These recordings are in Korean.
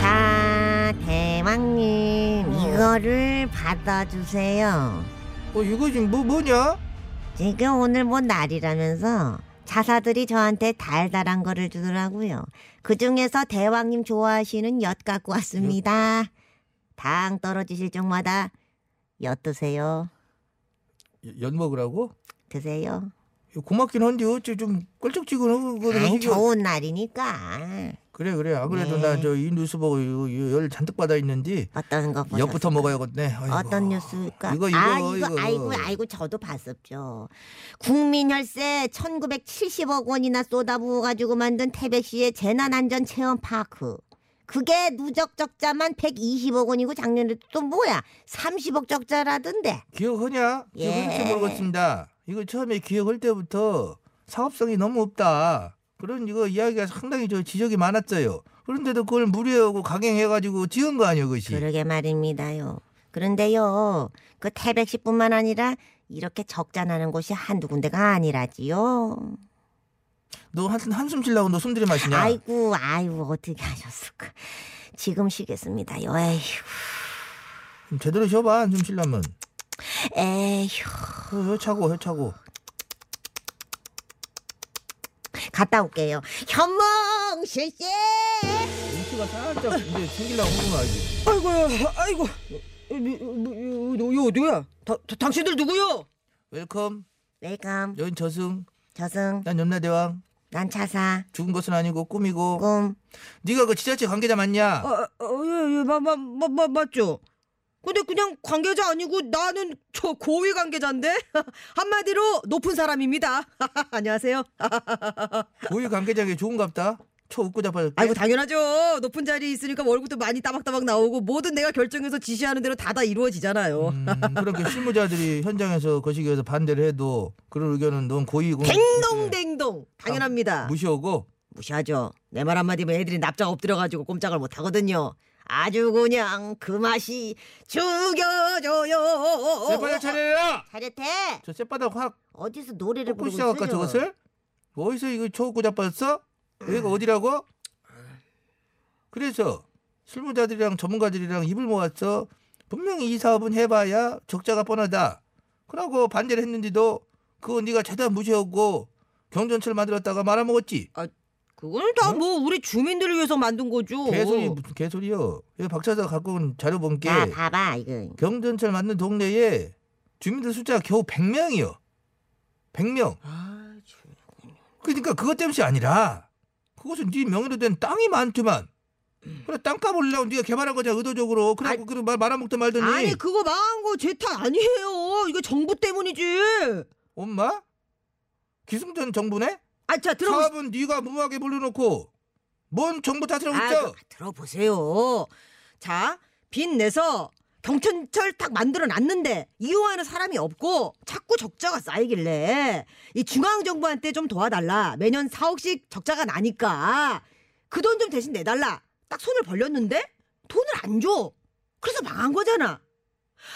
자, 대왕님 이거를 받아주세요. 어 이거 지금 뭐 뭐냐? 지금 오늘 뭐 날이라면서 자사들이 저한테 달달한 거를 주더라고요. 그 중에서 대왕님 좋아하시는 엿 갖고 왔습니다. 당 떨어지실 적마다 엿 드세요. 여- 엿 먹으라고? 드세요. 이거 고맙긴 한데 어째 좀 어, 껄쩍지근하거든. 아이, 이게- 좋은 날이니까. 그래 그래 안 그래도 네. 나 저 이 뉴스 보고 이거, 이거 열 잔뜩 받아 있는데 어떤 거 보셨어요? 엿부터 먹어야겠네. 아이고. 어떤 뉴스일까? 이거 이거 아 이거, 이거. 아이고 아이고 저도 봤었죠. 국민혈세 1,970억 원이나 쏟아부어 가지고 만든 태백시의 재난안전 체험 파크. 그게 누적 적자만 120억 원이고 작년에 또 뭐야 30억 적자라던데. 기억하냐? 예. 기억할지 모르겠습니다. 이거 처음에 기억할 때부터 사업성이 너무 없다. 그런 이거 이야기가 상당히 저 지적이 많았어요. 그런데도 그걸 무리하고 강행해가지고 지은 거 아니에요, 그것이? 그러게 말입니다요. 그런데요 그 태백시뿐만 아니라 이렇게 적자 나는 곳이 한두 군데가 아니라지요. 너 한, 한숨 쉬려고 너 숨들이 마시냐? 아이고 아이고 어떻게 하셨을까. 지금 쉬겠습니다요. 에휴. 좀 제대로 쉬어봐, 한숨 쉬려면. 에휴 어, 혀차고, 혀차고. 갔다 올게요 현몽 실세 눈치가 살짝 이제 생기려고 하는 거 알지? 아이고야, 아이고. 이, 이, 이, 요, 누구야? 다, 다- 당신들 누구요? 웰컴, 웰컴 여인 저승, 저승 난 염라대왕. 난 차사 죽은 것은 아니고 꿈이고. 꿈 네가 그 지자체 관계자 맞냐? 아, 아, 어, 예, 예, 마, 마, 마, 마, 맞죠? 근데 그냥 관계자 아니고 나는 저 고위 관계자인데 한마디로 높은 사람입니다. 안녕하세요. 고위 관계자에게 좋은갑다. 초 웃고 자빠졌게. 아이고 당연하죠. 높은 자리에 있으니까 월급도 많이 따박따박 나오고 뭐든 내가 결정해서 지시하는 대로 다다 이루어지잖아요. 음, 그렇게 실무자들이 현장에서 거시기에서 반대를 해도 그런 의견은 넌 고위 공 댕동댕동 아, 당연합니다. 뭐, 무시하고 무시하죠. 내 말 한마디면 애들이 납작 엎드려가지고 꼼짝을 못하거든요. 아주 그냥 그 맛이 죽여줘요. 쇠바닥 차려라. 차렷해 저 쇠바닥 확 어디서 노래를 꽂고 부르고 시작할까 있어요 저것을? 어디서 이거 초 웃고 자빠졌어? 여기가 어디라고? 그래서 실무자들이랑 전문가들이랑 입을 모았어. 분명히 이 사업은 해봐야 적자가 뻔하다. 그러고 반대를 했는데도 그거 네가 최대한 무시하고 경전철 만들었다가 말아먹었지. 그거는 다 뭐 우리 주민들을 위해서 만든 거죠. 개소리 무슨 개소리요? 여기 박차사 갖고 온 자료 본게 야 봐봐 이거 경전철 맞는 동네에 주민들 숫자 겨우 100명이요. 100명. 아, 참. 그러니까 그것 때문이 아니라 그것은 네 명의로 된 땅이 많지만 그래 땅값 올리려고 네가 개발한 거잖아 의도적으로 그래갖고 그런 말 말아먹든 말든지 아니 그거 망한 거 제 탓 아니에요. 이거 정부 때문이지. 엄마 기승전 정부네 아자 들어보. 사업은 네가 무모하게 물려놓고 뭔 정부 탓이라고 아, 있어 들어보세요. 자, 빚 내서 경천철 딱 만들어 놨는데 이용하는 사람이 없고 자꾸 적자가 쌓이길래 이 중앙 정부한테 좀 도와달라. 매년 4억씩 적자가 나니까 그 돈 좀 대신 내달라. 딱 손을 벌렸는데 돈을 안 줘. 그래서 망한 거잖아.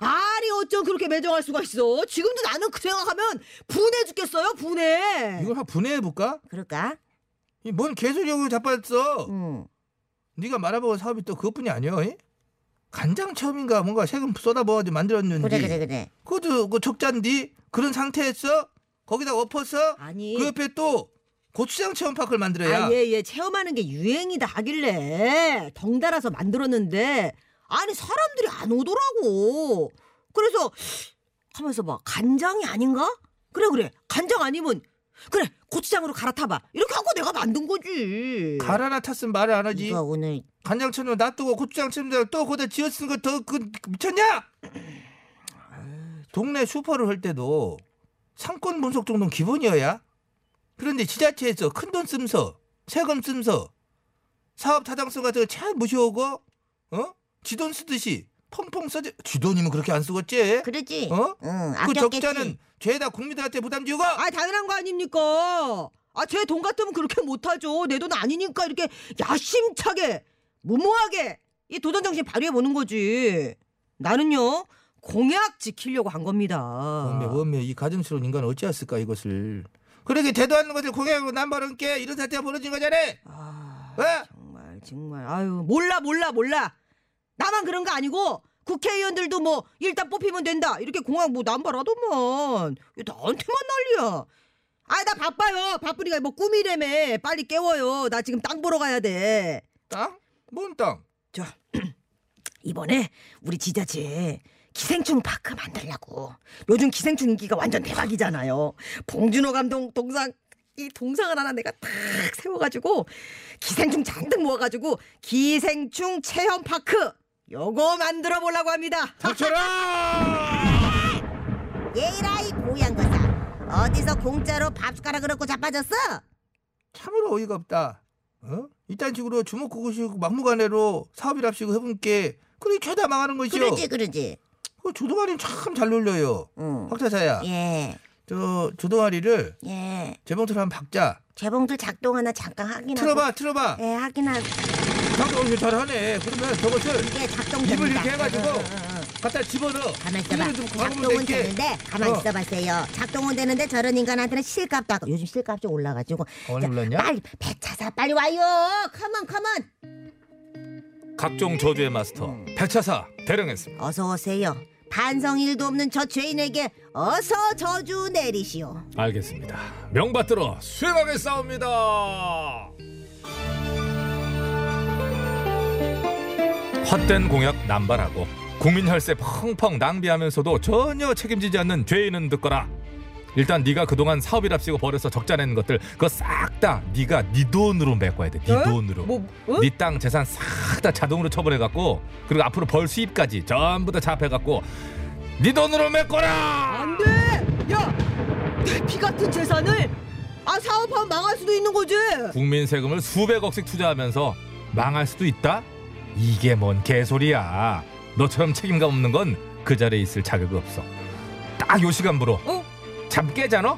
아니 어쩜 그렇게 매정할 수가 있어? 지금도 나는 그 생각하면 분해 죽겠어요, 분해. 이걸 한 분해해볼까 그럴까 이 뭔 개소리하고 자빠졌어 응 네가 말아먹은 사업이 또 그것뿐이 아니여 이? 간장 체험인가 뭔가 세금 쏟아부어가지고 만들었는지 그래 그래 그래 그것도 그 적잔디 그런 상태에서 거기다 엎어서 아니. 예. 그 옆에 또 고추장 체험 파크를 만들어야 아, 예, 예. 체험하는 게 유행이다 하길래 덩달아서 만들었는데, 아니, 사람들이 안 오더라고. 그래서, 하면서 막, 간장이 아닌가? 그래, 그래. 간장 아니면, 그래, 고추장으로 갈아타봐. 이렇게 하고 내가 만든 거지. 가라나 탔으면 말을 안 하지 이거 오늘 간장 체험 놔두고 고추장 체험장 또 거기다 지어 쓰는 거더그 미쳤냐 동네 슈퍼를 할 때도 상권 분석 정도는 기본이어야 그런데 지자체에서 큰 돈 쓰면서 세금 쓰면서 사업 타당성 같은 거참 무시하고 어? 지돈 쓰듯이 펑펑 써지 지돈이면 그렇게 안 쓰겠지? 그러지? 어? 응, 그 아꼈겠지. 적자는 죄다 국민들한테 부담 지우고 아 당연한 거 아닙니까? 아 제 돈 같으면 그렇게 못하죠. 내 돈 아니니까 이렇게 야심차게 무모하게 이 도전 정신 발휘해 보는 거지. 나는요 공약 지키려고 한 겁니다. 어. 원며 원며 이 가정스러운 인간은 어찌했을까 이것을 그렇게 대도 않는 것을 공약으로 남발한게 이런 사태가 벌어진 거잖아 아, 어? 정말 정말 아유 몰라 몰라 몰라 나만 그런 거 아니고 국회의원들도 뭐 일단 뽑히면 된다 이렇게 공항 뭐 남발하더만 왜 나한테만 난리야 아 나 바빠요 바쁘니까 뭐 꿈이래매 빨리 깨워요 나 지금 땅 보러 가야 돼 땅? 뭔 땅? 이번에 우리 지자체에 기생충 파크 만들려고 요즘 기생충 인기가 완전 대박이잖아요 봉준호 감독 동상 이 동상을 하나 내가 딱 세워가지고 기생충 잔뜩 모아가지고 기생충 체험 파크 요거 만들어 보려고 합니다 닥쳐라! 얘라 이 고양 거사. 어디서 공짜로 밥 숟가락을 얻고 자빠졌어? 참으로 어이가 없다. 어? 이딴 식으로 주먹구구식 막무가내로 사업이랍시고 해본 게 그리 죄다 망하는 것이요. 그러지, 그러지. 그 조동아리는 참 잘 놀려요. 응. 박태사야, 어. 예, 저 조동아리를 예. 재봉틀 한번 박자. 재봉틀 작동 하나 잠깐 확인하고. 틀어봐, 틀어봐. 예, 확인하고. 방금 이거 잘하네. 그러면 저것을 이게 작동됩니다. 입을 이렇게 해가지고 응, 응, 응. 갖다 집어넣어. 예. 가만 입을 좀 있어봐. 박으면 작동은 될게. 되는데 가만 어. 있어봤어요. 작동은 되는데 저런 인간한테는 실값도 하고 요즘 실값이 올라가지고 어머니 자, 불렀냐? 빨리 배차사 빨리 와요. 컴온 컴온. 각종 저주의 마스터 음. 백차사 대령했습니다. 어서 오세요. 반성 일도 없는 저 죄인에게 어서 저주 내리시오. 알겠습니다. 명받들어 수행하게 싸웁니다. 헛된 공약 남발하고 국민 혈세 펑펑 낭비하면서도 전혀 책임지지 않는 죄인은 듣거라. 일단 네가 그동안 사업이랍시고 벌어서 적자 낸 것들 그거 싹 다 네가 네 돈으로 메꿔야 돼. 네 어? 돈으로. 뭐 어? 네 땅 재산 싹 다 자동으로 처분해 갖고 그리고 앞으로 벌 수입까지 전부 다 잡해 갖고 네 돈으로 메꿔라. 안돼 야내 피같은 재산을 아 사업하면 망할 수도 있는 거지 국민 세금을 수백억씩 투자하면서 망할 수도 있다? 이게 뭔 개소리야. 너처럼 책임감 없는 건 그 자리에 있을 자격이 없어. 딱 요 시간부로 어? 잠 깨잖아?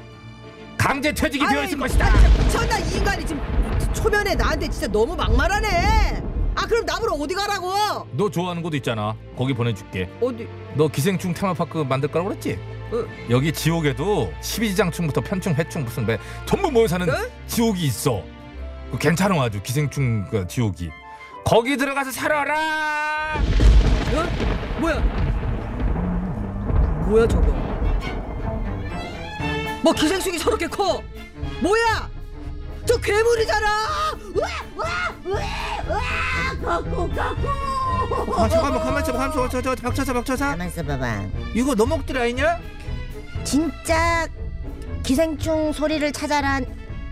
강제 퇴직이 되어 있을 아이고, 것이다. 아, 참, 천나 이 인간이 지금 초면에 나한테 진짜 너무 막말하네. 아 그럼 나보러 어디 가라고? 너 좋아하는 곳도 있잖아. 거기 보내줄게. 어디? 너 기생충 테마파크 만들 거라고 그랬지? 응. 어. 여기 지옥에도 12지장충부터 편충, 해충 무슨 왜 전부 모여 사는 어? 응? 지옥이 있어. 그 괜찮아 아주 기생충 그 지옥이. 거기 들어가서 살아라. 어? 뭐야? 뭐야 저거? 뭐 기생충이 저렇게 커? 뭐야? 저 괴물이잖아. 아, 잠깐만, 가만 있어봐, 가만 있어봐. 저, 저, 저, 박차사, 박차사. 가만 있어봐봐. 이거 너먹들 아니냐? 진짜 기생충 소리를 찾아라.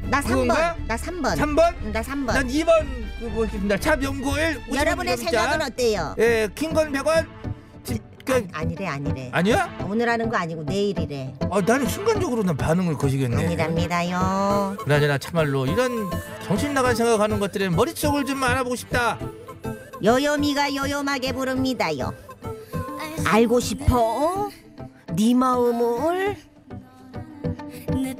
나 3번. 그건가? 나 3번. 3번? 나 3번. 난 2번 그거 있습니다. 차 연구일 여러분의 생각은 어때요? 예, 긴 건 100원. 지- 그 아니래 아니래. 아니야? 오늘 하는 거 아니고 내일이래. 아, 나는 순간적으로 난 반응을 거시겠네. 아니랍니다요. 그나저나 참말로 이런 정신 나간 생각하는 것들은 머릿속을 좀 알아보고 싶다. 요요미가 요요하게 부릅니다요. 알고 싶어? 네 마음을? 내